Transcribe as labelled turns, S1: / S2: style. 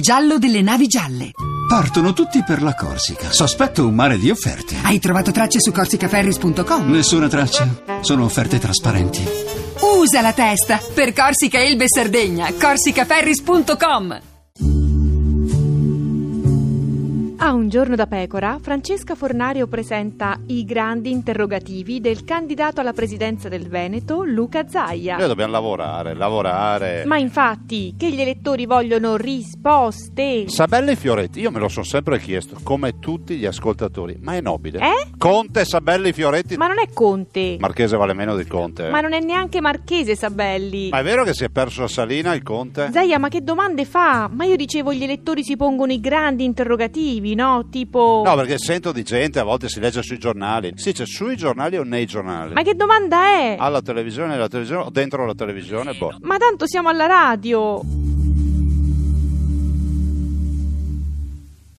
S1: giallo delle navi gialle.
S2: Partono tutti per la Corsica. Sospetto un mare di offerte.
S1: Hai trovato tracce su corsicaferris.com?
S2: Nessuna traccia. Sono offerte trasparenti.
S1: Usa la testa per Corsica Elbe e Sardegna. corsicaferris.com
S3: A un giorno da pecora, Francesca Fornario presenta i grandi interrogativi del candidato alla presidenza del Veneto, Luca Zaia.
S4: Noi dobbiamo lavorare, lavorare.
S3: Ah. Ma infatti, che gli elettori vogliono risposte.
S4: Sabella e Fioretti, io me lo sono sempre chiesto, come tutti gli ascoltatori, ma è nobile.
S3: Eh?
S4: Conte, Sabella e Fioretti.
S3: Ma non è Conte.
S4: Marchese vale meno di Conte.
S3: Ma non è neanche Marchese Sabelli.
S4: eh. Ma eh. è vero che si è perso a Salina il Conte?
S3: Zaia, ma che domande fa? Ma io dicevo, gli elettori si pongono i grandi interrogativi, no? Tipo...
S4: No, perché sento di gente, a volte si legge sui giornali. Si dice sui giornali o nei giornali?
S3: Ma che domanda è?
S4: Alla televisione, alla televisione o dentro la televisione? Boh.
S3: Ma tanto siamo alla radio.